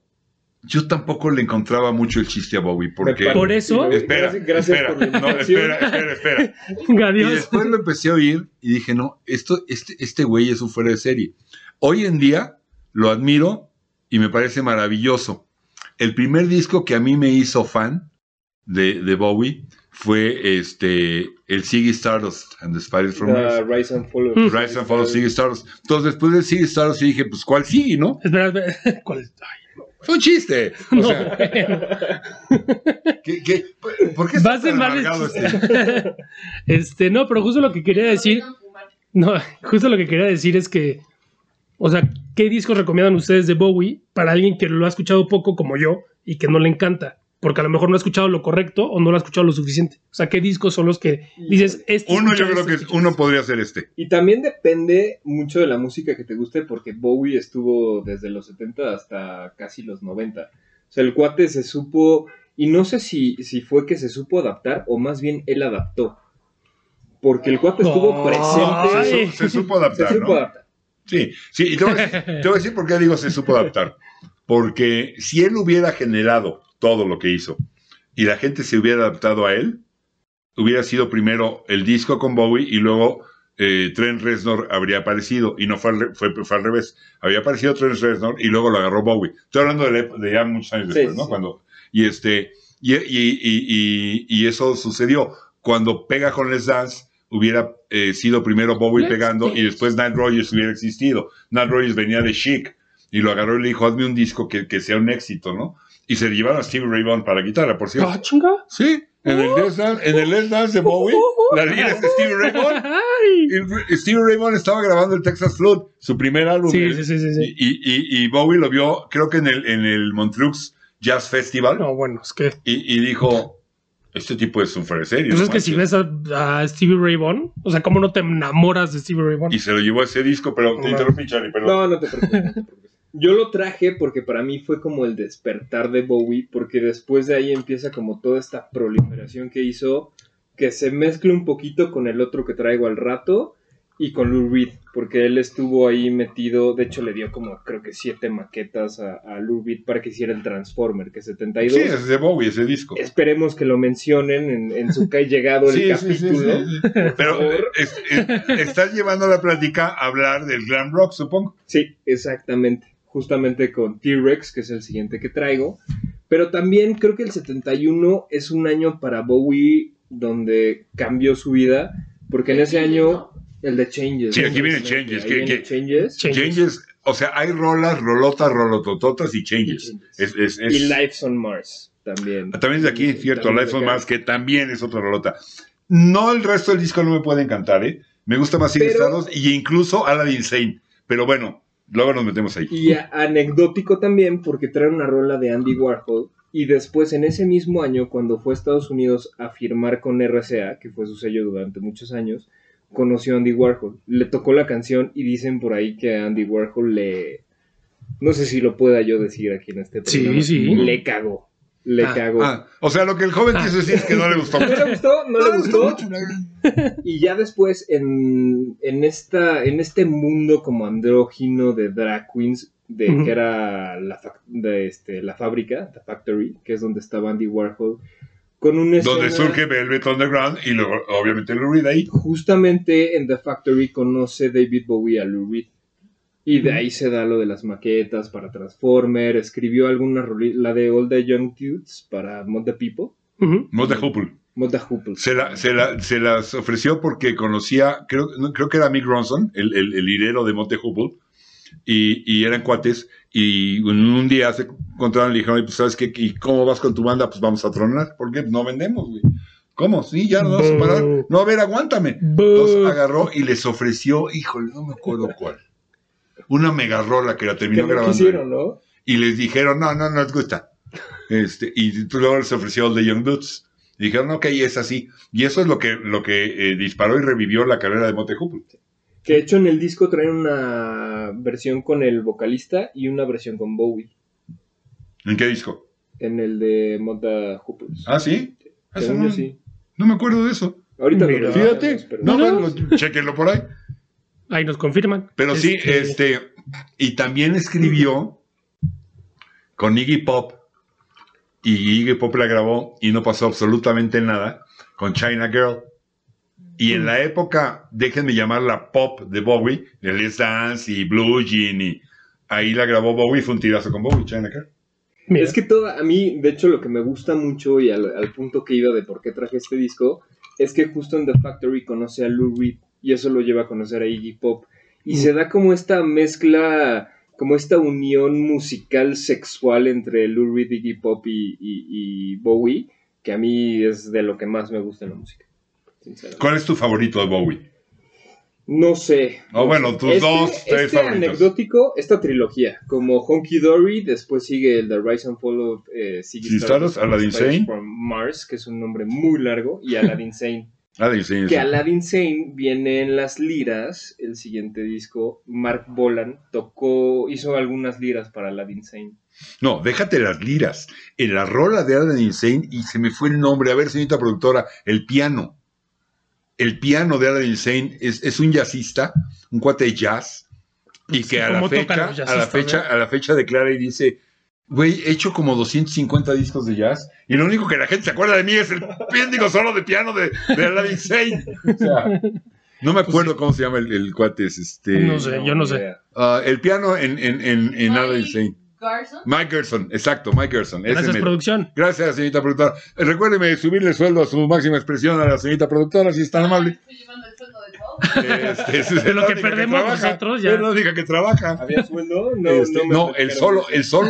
yo tampoco le encontraba mucho el chiste a Bowie porque... Me paro Por y eso- me voy. Espera, gracias, gracias espera, por <laughs> la no, invitación. espera, espera, espera. Y Adiós. después lo empecé a oír y dije, no, esto, este, este güey es un fuera de serie. Hoy en día lo admiro y me parece maravilloso. El primer disco que a mí me hizo fan de, de Bowie fue este, el Ziggy Stardust and the Spiders from The Mars. Rise and Fall. of- Mm. Rise and Fall of Ziggy Stardust. Entonces, después de Ziggy Stardust, yo dije, pues, ¿cuál sigue, no? Espera, espera, <laughs> ¿cuál es? Ay, Fue un chiste. O no, sea, bueno. ¿qué- qué- por qué Va a estás ser tan más amargado este? <laughs> este? no, pero justo lo que quería decir, no, <laughs> justo lo que quería decir es que, o sea, ¿qué discos recomiendan ustedes de Bowie para alguien que lo ha escuchado poco como yo y que no le encanta? Porque a lo mejor no ha escuchado lo correcto o no lo ha escuchado lo suficiente. O sea, ¿qué discos son los que dices este? Uno yo escucha creo este, que es- escucha uno este"? podría ser este. Y también depende mucho de la música que te guste, porque Bowie estuvo desde los 70 hasta casi los 90. O sea, el cuate se supo, y no sé si, si fue que se supo adaptar o más bien él adaptó. Porque el cuate estuvo No. presente. Se, Ay. su- se supo Se adaptar, supo ¿no? adaptar. Sí, sí, y te voy, a decir, te voy a decir por qué digo se supo adaptar. Porque si él hubiera generado todo lo que hizo y la gente se hubiera adaptado a él, hubiera sido primero el disco con Bowie y luego eh, Trent Reznor habría aparecido. Y no fue al, re- fue, fue al revés. Había aparecido Trent Reznor y luego lo agarró Bowie. Estoy hablando de, la ep- de ya muchos años Sí, después, ¿no? sí. Cuando, y, este, y, y- y- y- y eso sucedió. Cuando pega con Les Dance, hubiera eh, sido primero Bowie Let's pegando y dance. después Nile Rogers hubiera existido. Nile Rogers venía de Chic y lo agarró y le dijo, hazme un disco que, que sea un éxito, ¿no? Y se llevaron a Steve Ray Vaughan para guitarra, por cierto. Ah, chinga. Oh, Sí, en el Let's Dance, en el Let's Dance de Bowie, Uh, la líder es de Steve Ray Vaughan. Ay. Y Steve Ray Vaughan estaba grabando el Texas Flood, su primer álbum. Sí, El- sí, sí, sí, sí. Y, y- y- y Bowie lo vio, creo que en el, en el Montreux Jazz Festival, No, bueno, es que. y, y dijo, este tipo es un fuera de serie, Pues no es que si manches". ves a, a Stevie Ray Vaughan, o sea, ¿cómo no te enamoras de Stevie Ray Vaughan? Y se lo llevó a ese disco, pero te No. interrumpí, Charlie, perdón. No, no te preocupes. no te preocupes. Yo lo traje porque para mí fue como el despertar de Bowie, porque después de ahí empieza como toda esta proliferación que hizo, que se mezcla un poquito con el otro que traigo al rato y con Lou Reed, porque él estuvo ahí metido, de hecho le dio como creo que siete maquetas a, a Lou Reed para que hiciera el Transformer, que 72. Sí, es de Bowie ese disco. Esperemos que lo mencionen en, en su calle llegado el Sí, sí, sí, capítulo. sí, sí. Pero favor. es- es- estás llevando la plática a hablar del glam rock, supongo. Sí, exactamente. Justamente con T-Rex, que es el siguiente que traigo. Pero también creo que el 71 es un año para Bowie donde cambió su vida, porque en ese año, el de Changes. Sí, aquí viene Exactamente, Changes, ahí que- viene que- Changes. Changes. Changes, o sea, hay rolas, rolotas, rolotototas y changes. Es, es- es- Y Lives on Mars también. También es de aquí, cierto, También Life on de acá. Mars, que también es otra rolota. No, el resto del disco no me puede encantar, ¿eh? Me gusta más Sin Pero- Estados y incluso Aladdin Insane. Pero bueno, luego nos metemos ahí. Y a- anecdótico también porque trae una rola de Andy Warhol y después en ese mismo año cuando fue a Estados Unidos a firmar con RCA, que fue su sello durante muchos años, conoció a Andy Warhol, le tocó la canción y dicen por ahí que a Andy Warhol le... No sé si lo pueda yo decir aquí en este Sí, programa. sí. Le cagó. Le Ah, cagó. Ah, o sea, lo que el joven Ah. quiso decir es que no le gustó. <laughs> ¿No le gustó? ¿No No le gustó? mucho. Y ya después, en, en, esta, en este mundo como andrógino de drag queens, de Ujú. que era la, fac- de, este, la fábrica, The Factory, que es donde estaba Andy Warhol, con un Donde surge Velvet Underground y luego, obviamente, Lou Reed ahí. Justamente en The Factory conoce David Bowie a Lou Reed. Y de ahí se da lo de las maquetas para Transformer. Escribió alguna roli- la de All the Young Dudes para Mod the People. Ujú. Mota Hopul. Mod the Hoople. Se, la- se, la- se las ofreció porque conocía, creo, no, creo que era Mick Ronson, el, el, el lirero de Monte Hubble, y, y eran cuates. Y un, un día se encontraron y le dijeron, "Oye, pues, ¿sabes qué? ¿Y cómo vas con tu banda? Pues vamos a tronar, porque no vendemos, güey. ¿Cómo? Sí, ya nos vamos a parar. Boo. No, a ver, aguántame. Mm. Entonces Bu- agarró y les ofreció, híjole, no me acuerdo cuál. Una mega rola que la terminó Que no grabando. quisieron, ¿no? y les dijeron, no, no, no nos gusta. Este, y luego les ofreció el de Young Dudes. Y dijeron, ok, es así. Y eso es lo que, lo que eh, disparó y revivió la carrera de Mote Hoople. Que de hecho en el disco traen una versión con el vocalista y una versión con Bowie. ¿En qué disco? En el de Mod the Hooples. Ah, sí. Ah, Según yo, sí, no, sí. no me acuerdo de eso. Ahorita lo Mira. revisamos, Fíjate. pero- No, Mira. bueno, chequenlo por ahí. Ahí nos confirman. Pero sí, Este, este, y también escribió con Iggy Pop. Y Iggy Pop la grabó y no pasó absolutamente nada con China Girl. Y en la época, déjenme llamarla pop de Bowie, de Let's Dance y Blue Jean, y ahí la grabó Bowie, fue un tirazo con Bowie, China Girl. mira. Es que toda, a mí, de hecho, lo que me gusta mucho y al, al punto que iba de por qué traje este disco, es que justo en The Factory conoce a Lou Reed y eso lo lleva a conocer a Iggy Pop. Y Mm. se da como esta mezcla, como esta unión musical sexual entre Lou Reed, Iggy Pop y, y- y Bowie, que a mí es de lo que más me gusta en la música. sinceramente. ¿Cuál es tu favorito de Bowie? No sé. Ah, bueno, tus dos, tres este favoritos. anecdótico, esta trilogía, como Honky Dory, después sigue el The Rise and Fall of eh, Ziggy Ziggy Stardust, Aladdin Spiders Sane. from Mars, que es un nombre muy largo, y Aladdin <laughs> Sane. Ah, sí, sí, sí. que Aladdin Sane viene en las liras, el siguiente disco, Mark Bolan tocó, hizo algunas liras para <laughs> Aladdin Sane. No, déjate las liras. En la rola de Alan Insane, y se me fue el nombre, a ver, señorita productora, el piano. El piano de Alan Insane es, es un jazzista, un cuate de jazz, y Sí, que a la, ¿cómo tocan fecha, los a, la jazzistas, fecha, verdad? a la fecha declara y dice, güey, he hecho como 250 discos de jazz, y lo único que la gente se acuerda de mí es el píndigo solo de piano de, de Alan Insane. O sea, Pues no me acuerdo cómo se llama el, el cuate, es este... No sé. yo no sé. idea. ah, el piano en, en, en, en Alan Mike Insane. Garson. Mike Gerson, exacto, Mike Gerson. ese Gracias, mero. producción. Gracias, señorita productora. Eh, Recuérdeme subirle el sueldo a su máxima expresión a la señorita productora, si es Ah, tan amable. Estoy llevando el sueldo de <laughs> todo. <laughs> Este, esa es De lo la que única perdemos trabaja. nosotros ya. Es la única que trabaja. ¿Había <laughs> sueldo? No, no, No, me Este, no el platicaron. solo, <laughs> el solo,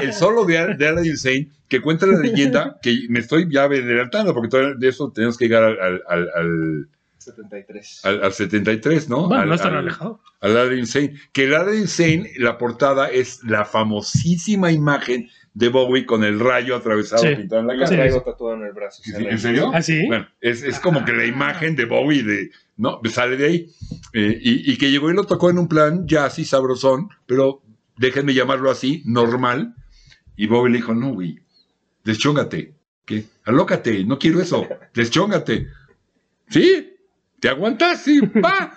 el solo de, Al- de Alan Insane, que cuenta la leyenda, que me estoy ya adelantando, porque todavía de eso tenemos que llegar al, al, al, al- 73. al- al 73, ¿no? Bueno, al, no están al- alejados. al Aladdin Insane. Que el Aladdin Insane, la portada es la famosísima imagen de Bowie con el rayo atravesado Sí. pintado en la La cara. traigo tatuado en el brazo. Sí, se sí, la- ¿En serio? ¿Ah, sí? Bueno, es, es como que la imagen de Bowie de, no, Pues sale de ahí. Eh, y, y que llegó y lo tocó en un plan jazzy, sabrosón, pero déjenme llamarlo así, normal. Y Bowie le dijo, no, güey, deschóngate. ¿Qué? Alócate, no quiero eso. Deschóngate. ¿Sí? ¿Te aguantas? Sí, va.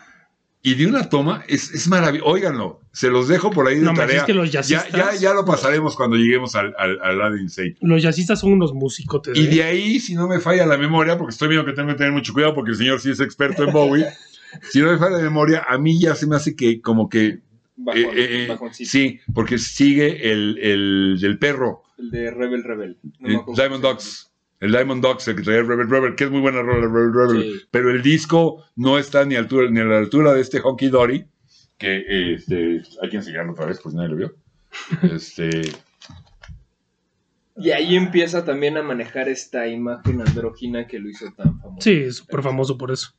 Y de una toma, es, es maravilloso. Óiganlo, se los dejo por ahí de no, me tarea. decís que los Ya, jazzistas. ya, ya lo pasaremos cuando lleguemos al, al, al Aladdin Sane. Los jazzistas son unos musicotes. Y ¿eh? de ahí, si no me falla la memoria, porque estoy viendo que tengo que tener mucho cuidado porque el señor sí es experto <laughs> en Bowie, si no me falla la memoria, a mí ya se me hace que como que... Bajón, eh, eh, eh, bajoncito. sí, porque sigue el, el, el perro, El de Rebel Rebel. No me el acuerdo Diamond cómo Dogs. El Diamond Dogs, el que traía Rebel Rebel, que es muy buena rola, Rebel Rebel. Sí. Pero el disco no está ni, a altura, ni a la altura de este Honky Dory, que eh, este, hay que enseñarlo otra vez, pues nadie <laughs> lo vio. Este, Y ahí empieza también a manejar esta imagen andrógina que lo hizo tan famoso. Sí, es súper famoso por eso.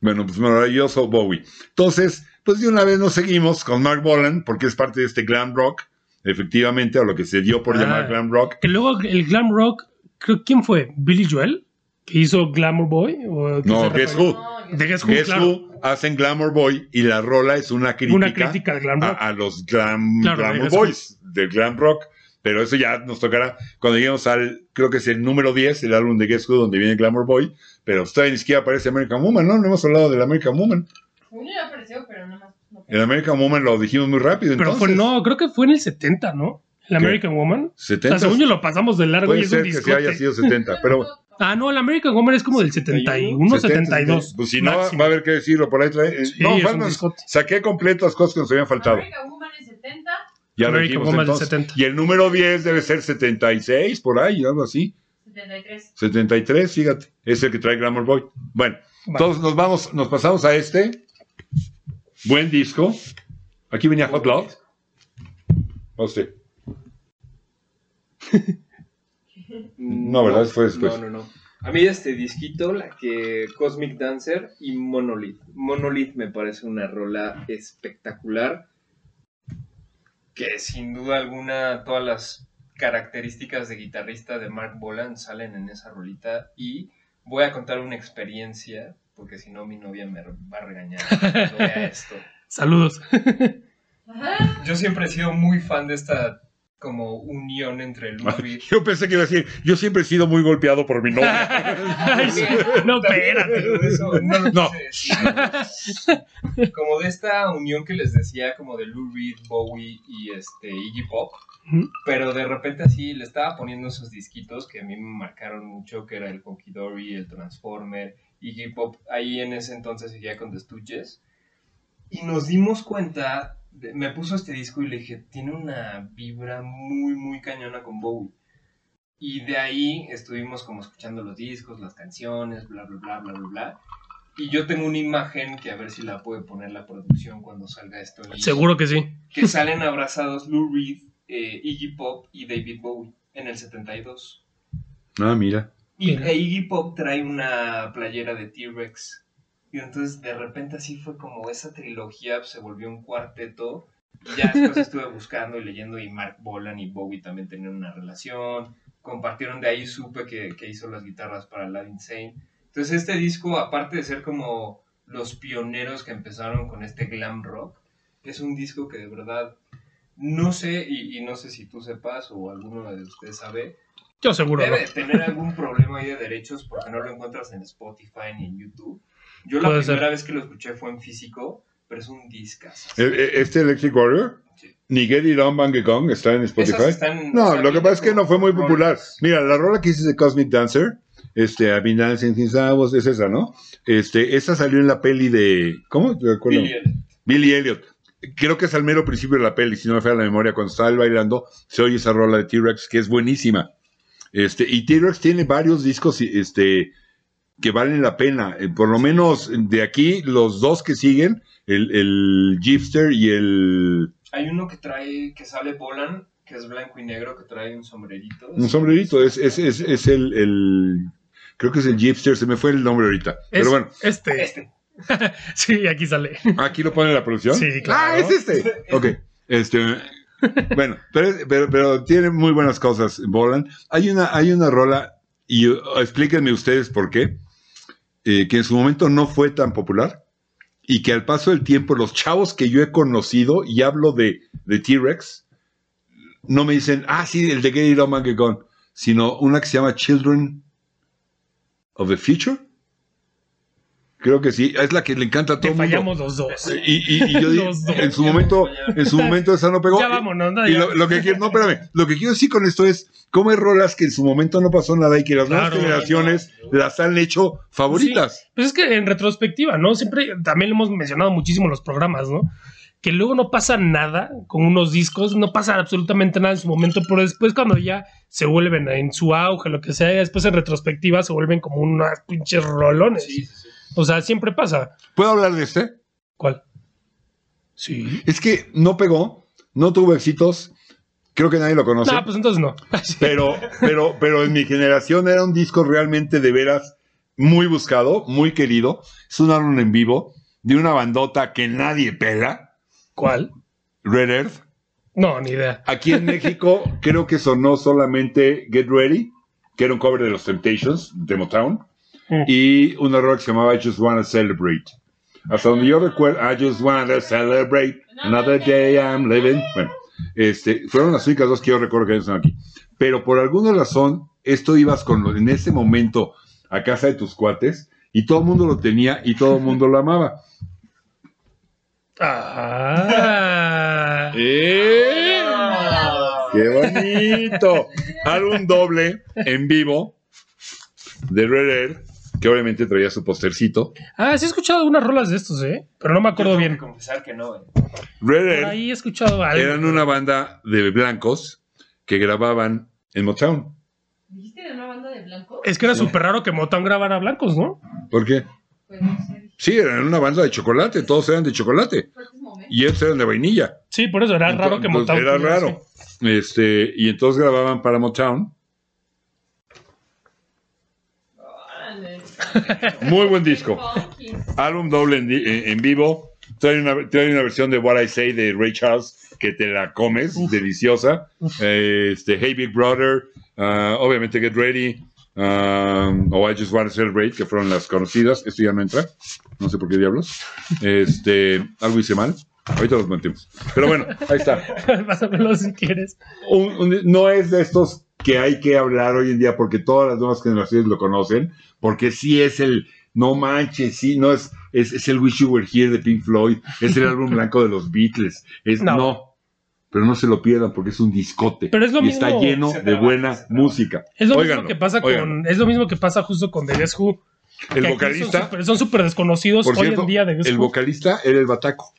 Bueno, pues maravilloso Bowie. Entonces, pues de una vez nos seguimos con Mark Bolan, porque es parte de este glam rock, efectivamente, a lo que se dio por Ah. llamar glam rock. Que luego el glam rock, creo, ¿quién fue? ¿Billy Joel? ¿Que hizo Glamour Boy? ¿O No, que Guess Uh. Who. No, ya- De Guess Who, Guess claro. Who hacen Glamour Boy y la rola es una crítica, Una crítica al glam rock. a, a los glam, Claro, de Glamour Guess Who. Boys, del glam rock. Pero eso ya nos tocará cuando lleguemos al, creo que es el número 10, el álbum de Guess Who, donde viene Glamour Boy. Pero todavía ni siquiera aparece American Woman, ¿no? No hemos hablado del American Woman. Julio le apareció, pero nada más. no. El American Woman lo dijimos muy rápido. Pero fue, entonces. no, creo que fue en el 70, ¿no? El American Woman. O sea, 70s. según yo lo pasamos de largo y Puede es un ser que sí discote. <laughs> haya sido 70, pero Ah, no, el American Homer es como del 71, 72. Pues si no, va- máximo. va a haber que decirlo. Por ahí trae. eh, Sí, no, es un faltan- discote. saqué completas las cosas que nos habían faltado. America Woman en 70. Ya lo American dijimos Woman del entonces. 70. Y el número 10 debe ser 76, por ahí, algo así. <laughs> 73. 73, fíjate. Es el que trae Glamour Boy. Bueno, Vale. entonces nos vamos, nos pasamos a este. Buen disco. Aquí venía Hot Love. A usted. No, ¿verdad? Fue después. No, no, no. A mí este disquito, la que Cosmic Dancer y Monolith. Monolith me parece una rola espectacular. que sin duda alguna todas las características de guitarrista de Mark Bolan salen en esa rolita y voy a contar una experiencia porque si no mi novia me va a regañar cuando <laughs> vea esto. Saludos. Ajá. Yo siempre he sido muy fan de esta como unión entre el beat Yo pensé que iba a decir, yo siempre he sido muy golpeado por <laughs> mi novia. Ay, sí. no, espérate. <laughs> Pero eso no lo No. quise decir. Como de esta unión que les decía, como de Lou Reed, Bowie y este Iggy Pop. Ujú. Pero de repente así le estaba poniendo esos disquitos que a mí me marcaron mucho, que era el Honky Dory, el Transformer, Iggy Pop. Ahí en ese entonces seguía con The Stooges. Y nos dimos cuenta, de- me puso este disco y le dije, tiene una vibra muy, muy cañona con Bowie. Y de ahí estuvimos como escuchando los discos, las canciones, bla, bla, bla, bla, bla, bla. Y yo tengo una imagen que a ver si la puede poner la producción cuando salga esto. en- Seguro que sí. Que salen abrazados Lou Reed, eh, Iggy Pop y David Bowie en el 72. Ah, mira. Y Mira. e Iggy Pop trae una playera de T-Rex. Y entonces de repente así fue como esa trilogía se volvió un cuarteto. Y ya después estuve buscando y leyendo y Mark Bolan y Bowie también tenían una relación. Compartieron de ahí, supe que, que hizo las guitarras para Aladdin Sane. Entonces este disco, aparte de ser como los pioneros que empezaron con este glam rock, es un disco que de verdad no sé, y, y no sé si tú sepas o alguno de ustedes sabe, Yo seguro no. Debe de tener algún problema ahí de derechos porque no lo encuentras en Spotify ni en YouTube. Yo la Puede primera ser. vez que lo escuché fue en físico, pero es un discazo. E- e- Este Electric Warrior, Sí. ni Get It On Bang It Gong, está en Esas Spotify. están- No, están lo que bien pasa es que no fue muy como popular. rolas. Mira, la rola que hice de Cosmic Dancer, este, I've been dancing since I was- es esa, ¿no? Este, esa salió en la peli de, ¿cómo? ¿Te acuerdas? Billie Eilish. Billy Elliot. Creo que es al mero principio de la peli, si no me falla la memoria, cuando está él bailando, se oye esa rola de T-Rex que es buenísima. Este, y T-Rex tiene varios discos este, que valen la pena. Eh, Por lo menos de aquí, los dos que siguen, el, el Gipster y el Hay uno que trae, que sale Bolan, que es blanco y negro, que trae un sombrerito. un sombrerito, es, es, es, es el, el- Creo que es el Gipster, se me fue el nombre ahorita. Es- Pero bueno, Este. Este. Sí, aquí sale. aquí lo pone la producción. <laughs> Sí, claro. Ah, es <laughs> este. Ok. Este, bueno, pero, pero, pero tiene muy buenas cosas, Bolan. Hay una, hay una rola, y uh, explíquenme ustedes por qué, eh, que en su momento no fue tan popular y que al paso del tiempo los chavos que yo he conocido, y hablo de, de T-Rex, no me dicen, ah, sí, el de Get It On, Man, Get Gone", sino una que se llama Children of the Future. Creo que sí, es la que le encanta a todo Te el mundo. fallamos los dos. Y, y- y yo Los di- dos. en su momento, en su momento esa no pegó. Ya vámonos, ¿no? Y Ya. lo, lo que quiero, no, espérame, lo que quiero decir con esto es cómo hay rolas que en su momento no pasó nada y que las nuevas Claro. generaciones las han hecho favoritas. Pues es que en retrospectiva, ¿no? Siempre también lo hemos mencionado muchísimo en los programas, ¿no? Que luego no pasa nada con unos discos, no pasa absolutamente nada en su momento, pero después cuando ya se vuelven en su auge, lo que sea, y después en retrospectiva se vuelven como unas pinches rolones. Sí, sí, sí. O sea, siempre pasa. ¿Puedo hablar de este? ¿Cuál? Sí. Es que no pegó, no tuvo éxitos, creo que nadie lo conoce. Ah, pues entonces no. pero, pero, pero en mi generación era un disco realmente de veras muy buscado, muy querido. Es un álbum en vivo de una bandota que nadie pela, ¿Cuál? Red Earth. No, ni idea. Aquí en México creo que sonó solamente Get Ready, que era un cover de los Temptations, de Motown, Mm. y una rola que se llamaba I Just Wanna Celebrate. Hasta donde yo recuerdo, I Just Wanna Celebrate, Another Day I'm Living. Bueno, este, fueron las únicas dos que yo recuerdo que están aquí. Pero por alguna razón, esto ibas con lo- en ese momento a casa de tus cuates y todo el mundo lo tenía y todo el mundo lo amaba. Ah. ¡Eh! ¡Qué bonito! Álbum doble en vivo de Red Air, que obviamente traía su postercito. Ah, sí he escuchado algunas rolas de estos, ¿eh? Pero no me acuerdo tengo que bien. confesar que no, eh. Red Por Air ahí he escuchado algo. eran una banda de blancos que grababan en Motown. ¿Dijiste de una banda de blanco? Es que era súper raro que Motown grabara blancos, ¿no? ¿Por qué? Pues no sé. dije, este Sí, eran una banda de chocolate, todos eran de chocolate. Fuertes momentos. Y ellos eran de vainilla. Sí, por eso era raro que Entonces, pues, Motown. Era tuviera <laughs> raro. Este, y entonces grababan para Motown. Órale. <laughs> Muy buen disco. Funky. Álbum doble en, di- en- en vivo. Trae una, trae una versión de What I Say de Ray Charles que te la comes, deliciosa. Eh, Este, hey Big Brother, ah, obviamente Get Ready, ah, o I Just Wanna Celebrate, que fueron las conocidas. Esto ya no entra, no sé por qué diablos. Este, algo hice mal. Ahorita los mantemos. Pero bueno, ahí está. así. Pásamelo si quieres. un- un- no es de estos que hay que hablar hoy en día porque todas las nuevas generaciones lo conocen, porque sí es el no manches, sí, no es, es, es el Wish You Were Here de Pink Floyd, es el álbum blanco de los Beatles, es No. no. Pero no se lo pierdan porque es un discote. Pero es lo y está mismo. lleno Se de trabaja, buena se trabaja. música. Es lo Óiganlo, mismo que pasa óiganlo. con. Es lo mismo que pasa justo con The Guess Who. El que aquí Son vocalista, súper- son súper desconocidos por hoy cierto, en día de Guess el Who. vocalista era el bataco,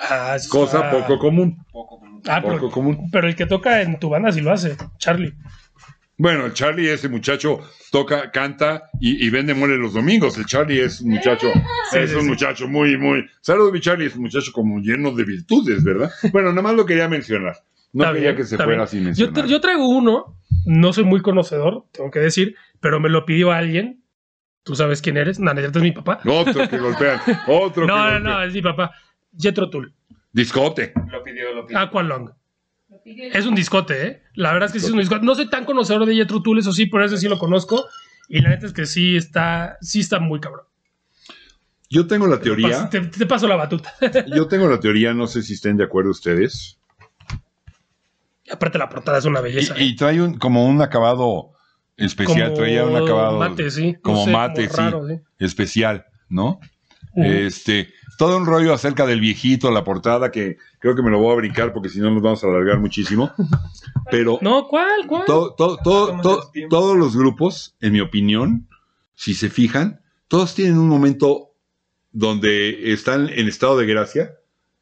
Ah, eso cosa está- poco común, Poco. como- Ah, poco pero, común. pero el que toca en tu banda sí lo hace, Charlie. Bueno, el Charlie, ese muchacho, toca, canta y, y vende mole los domingos. El Charlie es un muchacho, <laughs> Sí, es sí, un sí. muchacho muy, muy. Saludos, mi Charlie, es un muchacho como lleno de <laughs> virtudes, ¿verdad? Bueno, nada más lo quería mencionar. No Está quería bien, que se está fuera bien. sin Yo, mencionar. tra- yo traigo uno, no soy muy conocedor, tengo que decir, pero me lo pidió alguien. Tú sabes quién eres, Nana, es mi papá. Otro <laughs> que golpean, otro No, que no, golpean. no, es mi papá. Jetro Tull, Discote. Lo pidió, lo Ah. pidió. Aqualung. Lo pidió el- Es un discote, ¿eh? La verdad es que sí es un discote. No soy tan conocedor de Jetro Tull, eso sí, pero ese sí lo conozco. Y la neta es que sí está, sí está muy cabrón. Yo tengo la teoría, Pas- Te, te paso la batuta. <laughs> yo tengo la teoría, no sé si estén de acuerdo ustedes. Y aparte la portada es una belleza. Y, ¿eh? y trae un, como un acabado especial, traía un acabado mate, sí. No como sé, mate, sí. raro, sí. especial, ¿no? Ujú. Este, todo un rollo acerca del viejito, la portada, que creo que me lo voy a brincar porque si no nos vamos a alargar muchísimo. Pero No, ¿cuál? ¿Cuál? todo- todo- todo- todo- todos los grupos, en mi opinión, si se fijan, todos tienen un momento donde están en estado de gracia,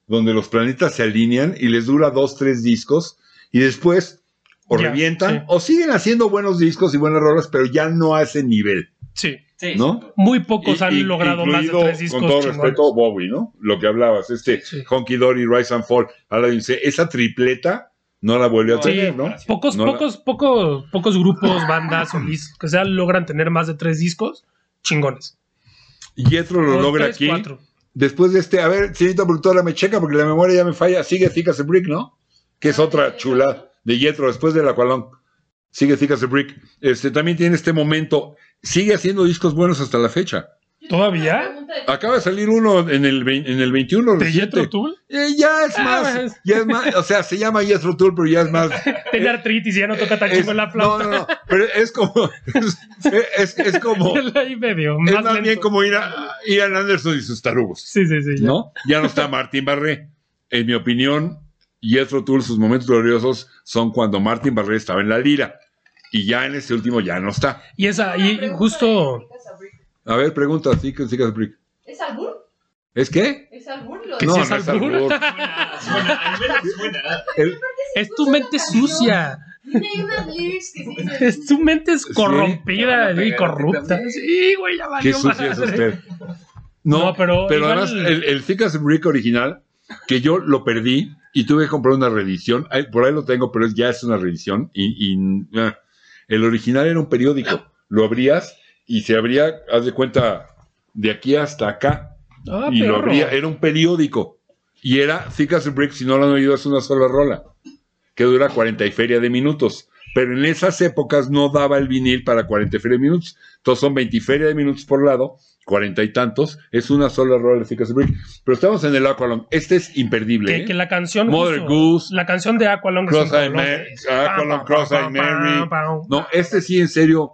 donde los planetas se alinean y les dura dos, tres discos y después o Ya, revientan sí. o siguen haciendo buenos discos y buenas rolas, pero ya no a ese nivel. Sí. Sí, ¿no? sin duda. Muy pocos Y- han y- logrado más de incluido, tres discos. Con todo chingones. respeto, Bowie, ¿no? Lo que hablabas, este Sí. Honky Dory, Rise and Fall, Aladdin, C, esa tripleta no la vuelve a No, tener, sí. ¿no? Pocos, No la- pocos, pocos, pocos <laughs> grupos, bandas, solistas, que sea, logran tener más de tres discos chingones. Yetro lo O logra tres, aquí. cuatro. Después de este, a ver, señorita productora, me checa porque la memoria ya me falla. Sigue Thick as a Brick, ¿no? Que Ah, es otra chula de Yetro, después del Aqualón. Sigue Thick as a Brick. Este, también tiene este momento. Sigue haciendo discos buenos hasta la fecha. Yo tengo ¿Todavía? Ah, una pregunta de- Acaba de salir uno en el, vein- en el 21. ¿De reciente. Jethro Tull? Eh, ya es Ah, más, pues. ya es más, o sea, se llama Jethro Tull, pero ya es <laughs> más. Tiene artritis y ya no toca tan eh, es- chingo la flauta. no, no, no, pero es como, es, es- es <laughs> como, es Ahí medio, más, más bien lento. como ir a Ian Anderson y sus tarugos, Sí, sí, sí. ya. ¿no? Ya no está Martin Barré. En mi opinión, Jethro Tull, sus momentos gloriosos son cuando Martin Barré estaba en la lira. Y ya en este último ya no está. Y esa, Una y pregunta de- justo. A ver, pregunta, sí, que sí, que- ¿Es albur? ¿Es qué? ¿Es albur? Lo ¿Que No, si es no es albur? <laughs> albur. Suena, suena, al menos suena. El- Es tu mente sucia. Tiene ahí unas lyrics que sí dicen- Es tu mente es Sí. corrompida Te van a y pegar a ti corrupta. también. Sí, güey, ya qué valió sucia es madre. usted. No, pero Pero igual- además, el, el Thick as a Brick original, que yo lo perdí y tuve que comprar una reedición. Ay, Por ahí lo tengo, pero es- ya es una reedición. Y, y, ah. el original era un periódico. Lo abrías y se abría, haz de cuenta, de aquí hasta acá. Ah, y lo perro. abría, era un periódico. Y era Thick as a Brick, si no lo han oído, es una sola rola. Que dura 40 y feria de minutos. Pero en esas épocas no daba el vinil para 40 y feria de minutos. Entonces son 20 y feria de minutos por lado, 40 y tantos. Es una sola rola de Thick as a Brick. Pero estamos en el Aqualung. Este es imperdible. Que, ¿eh? que la canción. Mother justo- Goose, La canción de Aqualung. es Cross un Eye rolón. Mary, Aqualung, Ah, Cross Eye Mary. No, No, este sí, en serio.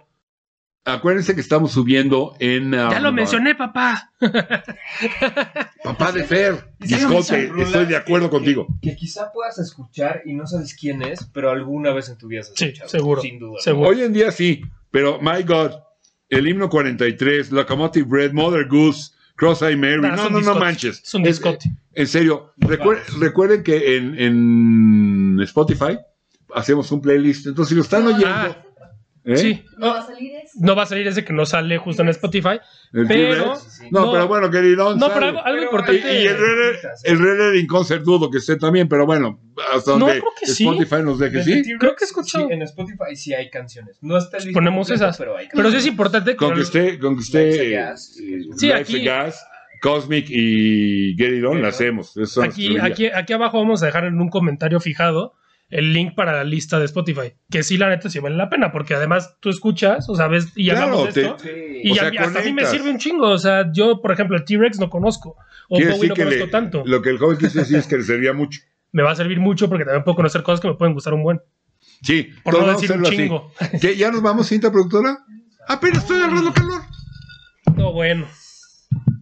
Acuérdense que estamos subiendo en. ya lo um, mencioné, papá. Papá de Fer. Sí, Discote, esas estoy de rolas acuerdo que- contigo. Que, que quizá puedas escuchar y no sabes quién es, pero alguna vez en tu vida has Sí, escuchado. seguro, Sin duda. seguro. Hoy en día sí, pero my God, el himno 43, Locomotive Bread, Mother Goose, Cross Eye Mary. Nah, no, son no, no discotes. manches. ¿Eh? Es un Es- discote. en serio, recuer- recuerden que en, en Spotify hacemos un playlist. Entonces, si lo están oyendo, Ah, ¿eh? sí. No va a salir eso. No va a salir ese que no sale justo en Spotify. El Pero- T-Rex. no, no. pero bueno, querido. No, pero algo, algo Pero- Y, importante. y el Red el Red Dead Concert dudo que esté también, pero bueno, hasta No, donde creo que sí. Spotify nos deje, Desde ¿sí? T-Rex, Creo que he escuchado. sí, en Spotify sí hay canciones. No está el disco Ponemos esas. Pero hay Pero sí canciones. es importante Con que que. esté, con que esté Life eh, Gas. Sí, Life aquí- Gas, Cosmic y Get It On, la hacemos. Eso es Aquí, teoría. aquí, aquí abajo vamos a dejar en un comentario fijado el link para la lista de Spotify. Que sí, la neta, sí vale la pena. Porque además tú escuchas, o sea, ves y Claro, hablamos de te- esto. Sí. Y O sea, a mí- hasta a mí me conectas. sirve un chingo. O sea, yo, por ejemplo, el T-Rex no conozco. O Quiere Bowie decir no que conozco le- tanto. lo que el joven quiso decir es que le servía mucho. Me va a servir mucho porque también puedo conocer cosas que me pueden gustar un buen. <laughs> Sí, Por todo no vamos a decir un hacerlo así. chingo. ¿Qué, ¿Ya nos vamos, cinta productora? Apenas estoy agarrando calor. No, bueno.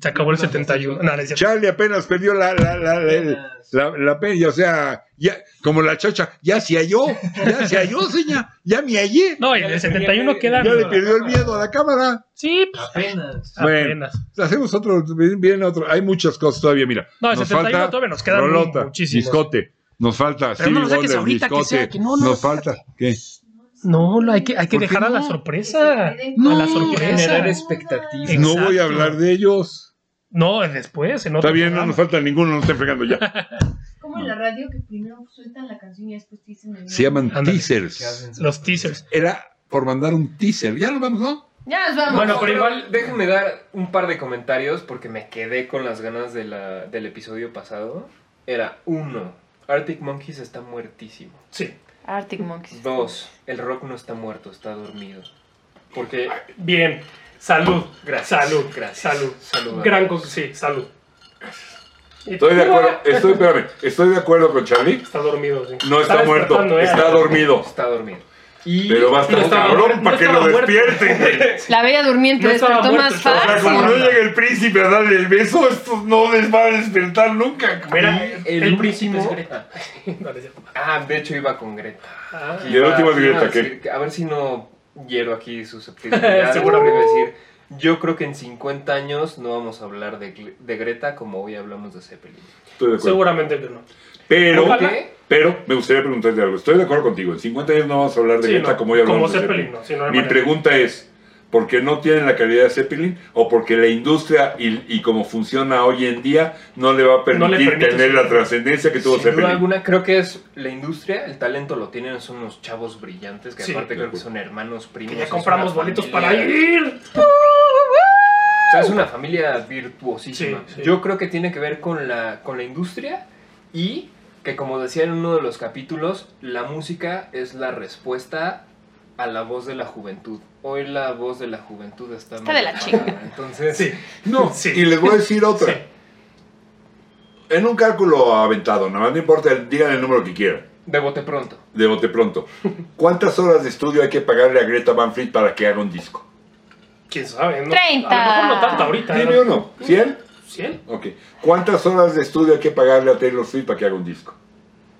Se acabó el 71. No, no es cierto. Charlie apenas perdió la, la, la, la, la- la pella, o sea, ya, como la chocha, ya se halló, ya se <laughs> halló, seña, ya me hallé. No, y el 71 queda. Ya le perdió el miedo a la cámara. Sí, pues, Apenas. Bueno. apenas. Hacemos otro, viene otro. Hay muchas cosas todavía, mira. No, el nos 71 falta todavía nos quedan Rolota, muchísimos. Discote. Nos Pero no falta Stevie lo saques Wonder, ahorita, que sea, discote. que no, no nos lo <laughs> falta. ¿Qué? No, lo- hay que, hay que ¿Por qué dejar a la no? sorpresa. a la sorpresa. Generar expectativas. No voy Exacto. a hablar de ellos. No, es después, en otro Está bien, no programa. nos falta ninguno, no estoy fregando ya. Como en la radio que primero sueltan la canción y después te dicen el Se llaman nombre. Ándale. que hacen teasers. Los teasers. Era por mandar un teaser. Ya nos vamos, ¿no? Ya nos vamos. Bueno, pero igual déjenme dar un par de comentarios porque me quedé con las ganas de la- del episodio pasado. Era uno, Arctic Monkeys está muertísimo. Sí. Arctic Monkeys. Dos, el rock no está muerto, está dormido. Porque Bien. Salud. Gracias. Salud. Gracias. Salud. Salud. Gran cosa. Sí, salud. Estoy de acuerdo, estoy, espérame, estoy de acuerdo con Charlie. Está dormido, sí. No está, muerto, despertando, ¿eh? está dormido. está dormido. Y Pero va a No estar estaba cabrón muerto, para no que lo estaba muerto. despierten, <laughs> güey. La Bella Durmiente No estaba despertó muerto, más estaba- O sea, fácil. como no llega el príncipe a darle el beso, estos no les va a despertar nunca. cabrón. Mira, y el, el, príncipe último- es Greta. No, no es cierto. Ah, de hecho iba con Greta. Ah. Y el último es Iba- iba Greta, a decir que- A ver si no hiero <laughs> aquí susceptibilidades. Seguramente. Seguramente iba a decir, yo creo que en 50 años no vamos a hablar de, Gle- de Greta como hoy hablamos de Zeppelin. Estoy de acuerdo. Seguramente que no. Pero, Ojalá. pero me gustaría preguntarte algo. Estoy de acuerdo contigo. En 50 años no vamos a hablar de Sí, Greta no. como ya hablamos Como de Zeppelin, no, sí, no hay Mi manera. pregunta es, ¿por qué no tienen la calidad de Zeppelin o porque la industria y, y como funciona hoy en día no le va a No le permitir permite, tener sí. la trascendencia que tuvo Sin duda Zeppelin? alguna, creo que es la industria, el talento lo tienen, son unos chavos brillantes que Sí. De aparte creo que acuerdo. son hermanos, primos. Que ya es compramos una boletos familia- para ir. O sea, es una familia virtuosísima. Sí, sí. Yo creo que tiene que ver con la, con la industria y que, como decía en uno de los capítulos, la música es la respuesta a la voz de la juventud. Hoy la voz de la juventud está... Está medio de la apagada, chingada. <laughs> Entonces, Sí. No, Sí. y les voy a decir otra. Sí. En un cálculo aventado, nada más no importa, digan el número que quieran, de bote pronto. de bote pronto. ¿Cuántas horas de estudio hay que pagarle a Greta Van Fleet para que haga un disco? ¿Quién sabe? ¿no? Treinta. A lo mejor no ¿eh? tanto ahorita. Dime uno, ¿100? ¿Cien? Ok. ¿Cuántas horas de estudio hay que pagarle a Taylor Swift para que haga un disco?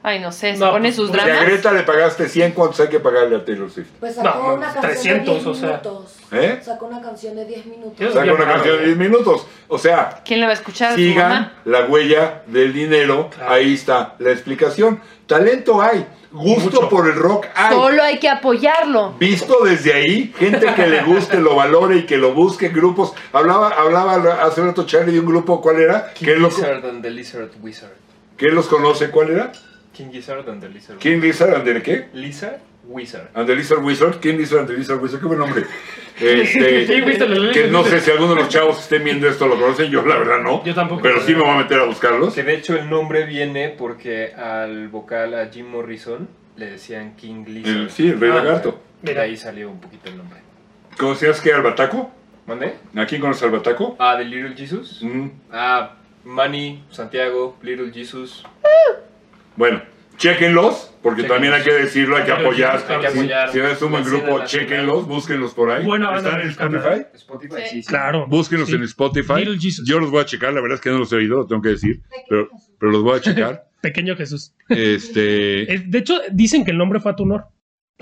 Ay, no sé, se No, pone pues, sus pues, Si a dramas. Greta le pagaste 100, ¿cuántos hay que pagarle a Taylor Swift? Pues No, sacó no, una canción 300, de 10 o sea. minutos. ¿Eh? Sacó una canción de 10 Yo- minutos. Saca una canción de 10 minutos. O sea, ¿Quién la va a escuchar? ¿Su sigan mamá? la huella del dinero. Claro. Ahí está la explicación. Talento hay, gusto Mucho. por el rock hay. Solo hay que apoyarlo. Visto desde ahí, gente que le guste, lo valore y que lo busque, grupos. Hablaba, hablaba hace rato Charlie de un grupo, ¿cuál era? King ¿Quién los, Gizzard and the Lizard Wizard. ¿quién los conoce? ¿Cuál era? King Gizzard and the Lizard ¿Quién Lizard and the qué? Lizard Wizard. And the Lizard Wizard. ¿Quién Lizard and the Lizard Wizard? Qué buen nombre. Este, <laughs> Sí, viste, lo- lo- que no sé si alguno de los chavos que estén viendo esto lo conocen, yo la verdad no. Yo tampoco. Pero sí me voy a meter a buscarlos. Que de hecho el nombre viene porque al vocal, a Jim Morrison, le decían King Lizard. El- sí, el Rey Ah, Lagarto. De ahí salió un poquito el nombre. ¿Conocías que al Bataco? ¿Mandé? ¿A quién conoce al Bataco? Ah, de Little Jesus. Mm, Ah, Manny, Santiago, Little Jesus. Bueno, chequenlos, porque Chéquenlos. también hay que decirlo, hay que apoyar. Hay que Si- apoyar. Si, no es un buen La escena grupo, nacional. chequenlos, búsquenlos por ahí. Buena banda ¿Están en mexicana. Spotify? Spotify. Sí. Claro. Búsquenos Sí. en Spotify. Little Jesus. Yo los voy a checar, la verdad es que no los he oído, lo tengo que decir, pero, <laughs> pero los voy a checar. Pequeño Jesús. este, Eh, De hecho, dicen que el nombre fue a tu honor.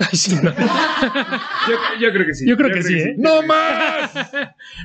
<laughs> Ay, sí, no. Yo, yo creo que sí. Yo creo que sí, ¿eh? ¡No más!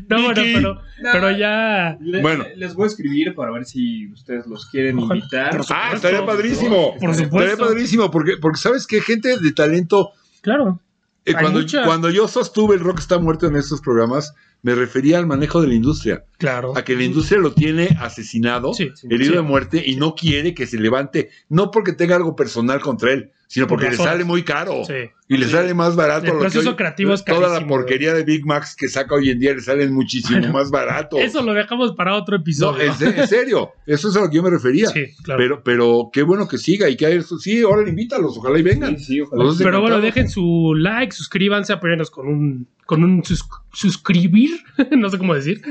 No, bueno, Vicky. pero, No. pero ya. Le- Bueno. Les voy a escribir para ver si ustedes los quieren Ojalá. invitar. Por Ah, supuesto. estaría padrísimo. Por Estaría supuesto. padrísimo, porque, porque sabes que gente de talento Claro. Eh, Hay cuando, mucha. cuando yo sostuve el rock está muerto en estos programas, me refería al manejo de la industria, Claro. a que la industria lo tiene asesinado, Sí, sí, herido sí. de muerte y no quiere que se levante, no porque tenga algo personal contra él, sino Por porque le razones. sale muy caro Sí. y le sale más barato. El que proceso hoy- creativo es Toda la carísimo, porquería de Big Macs que saca hoy en día le salen <laughs> muchísimo Bueno, más barato. Eso lo dejamos para otro no, episodio. en, se- en serio, eso es a lo que yo me refería. sí, claro. Pero, pero qué bueno que siga y que haya eso. Sí, ahora invítalos, ojalá y vengan. Sí, sí, ojalá. Los dos Pero bueno, encantados. dejen su like, suscríbanse, apóyanos con un, con un sus- suscribir, <laughs> no sé cómo decir.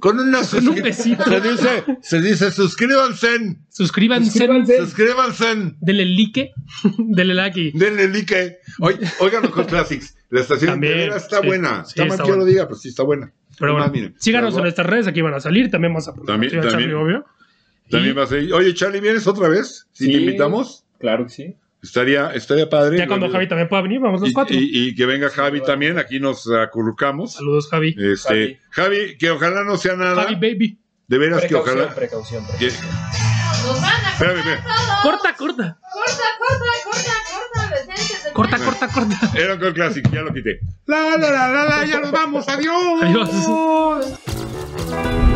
Con una Con un suscri- besito. Se dice, se dice, suscríbanse, Suscríbanse, suscríbanse, denle like, <laughs> denle like y denle like. Oy- Oigan los Hot Classics, la estación También, entera está sí, buena. sí, está mal está que yo lo buena. diga, pero sí está buena. Pero Es bueno, más, miren, síganos en las- nuestras redes, aquí van a salir, también vamos a poner También- activo a Charlie, también. obvio. También va a ser. Oye, Charlie, ¿vienes otra vez? Si Sí. te invitamos, Claro que sí. estaría, estaría padre. Ya cuando Lo- Javi también pueda venir, vamos los y, cuatro. y- y que venga Javi también, aquí nos acurrucamos. Saludos, Javi. Este, Javi, que ojalá no sea nada. Javi, baby. de veras que Precaución, ojalá. precaución. que- Nos van a espérame, espérame. Corta, corta. corta, corta, corta, corta, decente, de- Corta, corta, corta. Era un Hot Classic, <laughs> ya lo quité. La, la, la, la, la, ya nos vamos, adiós. Adiós.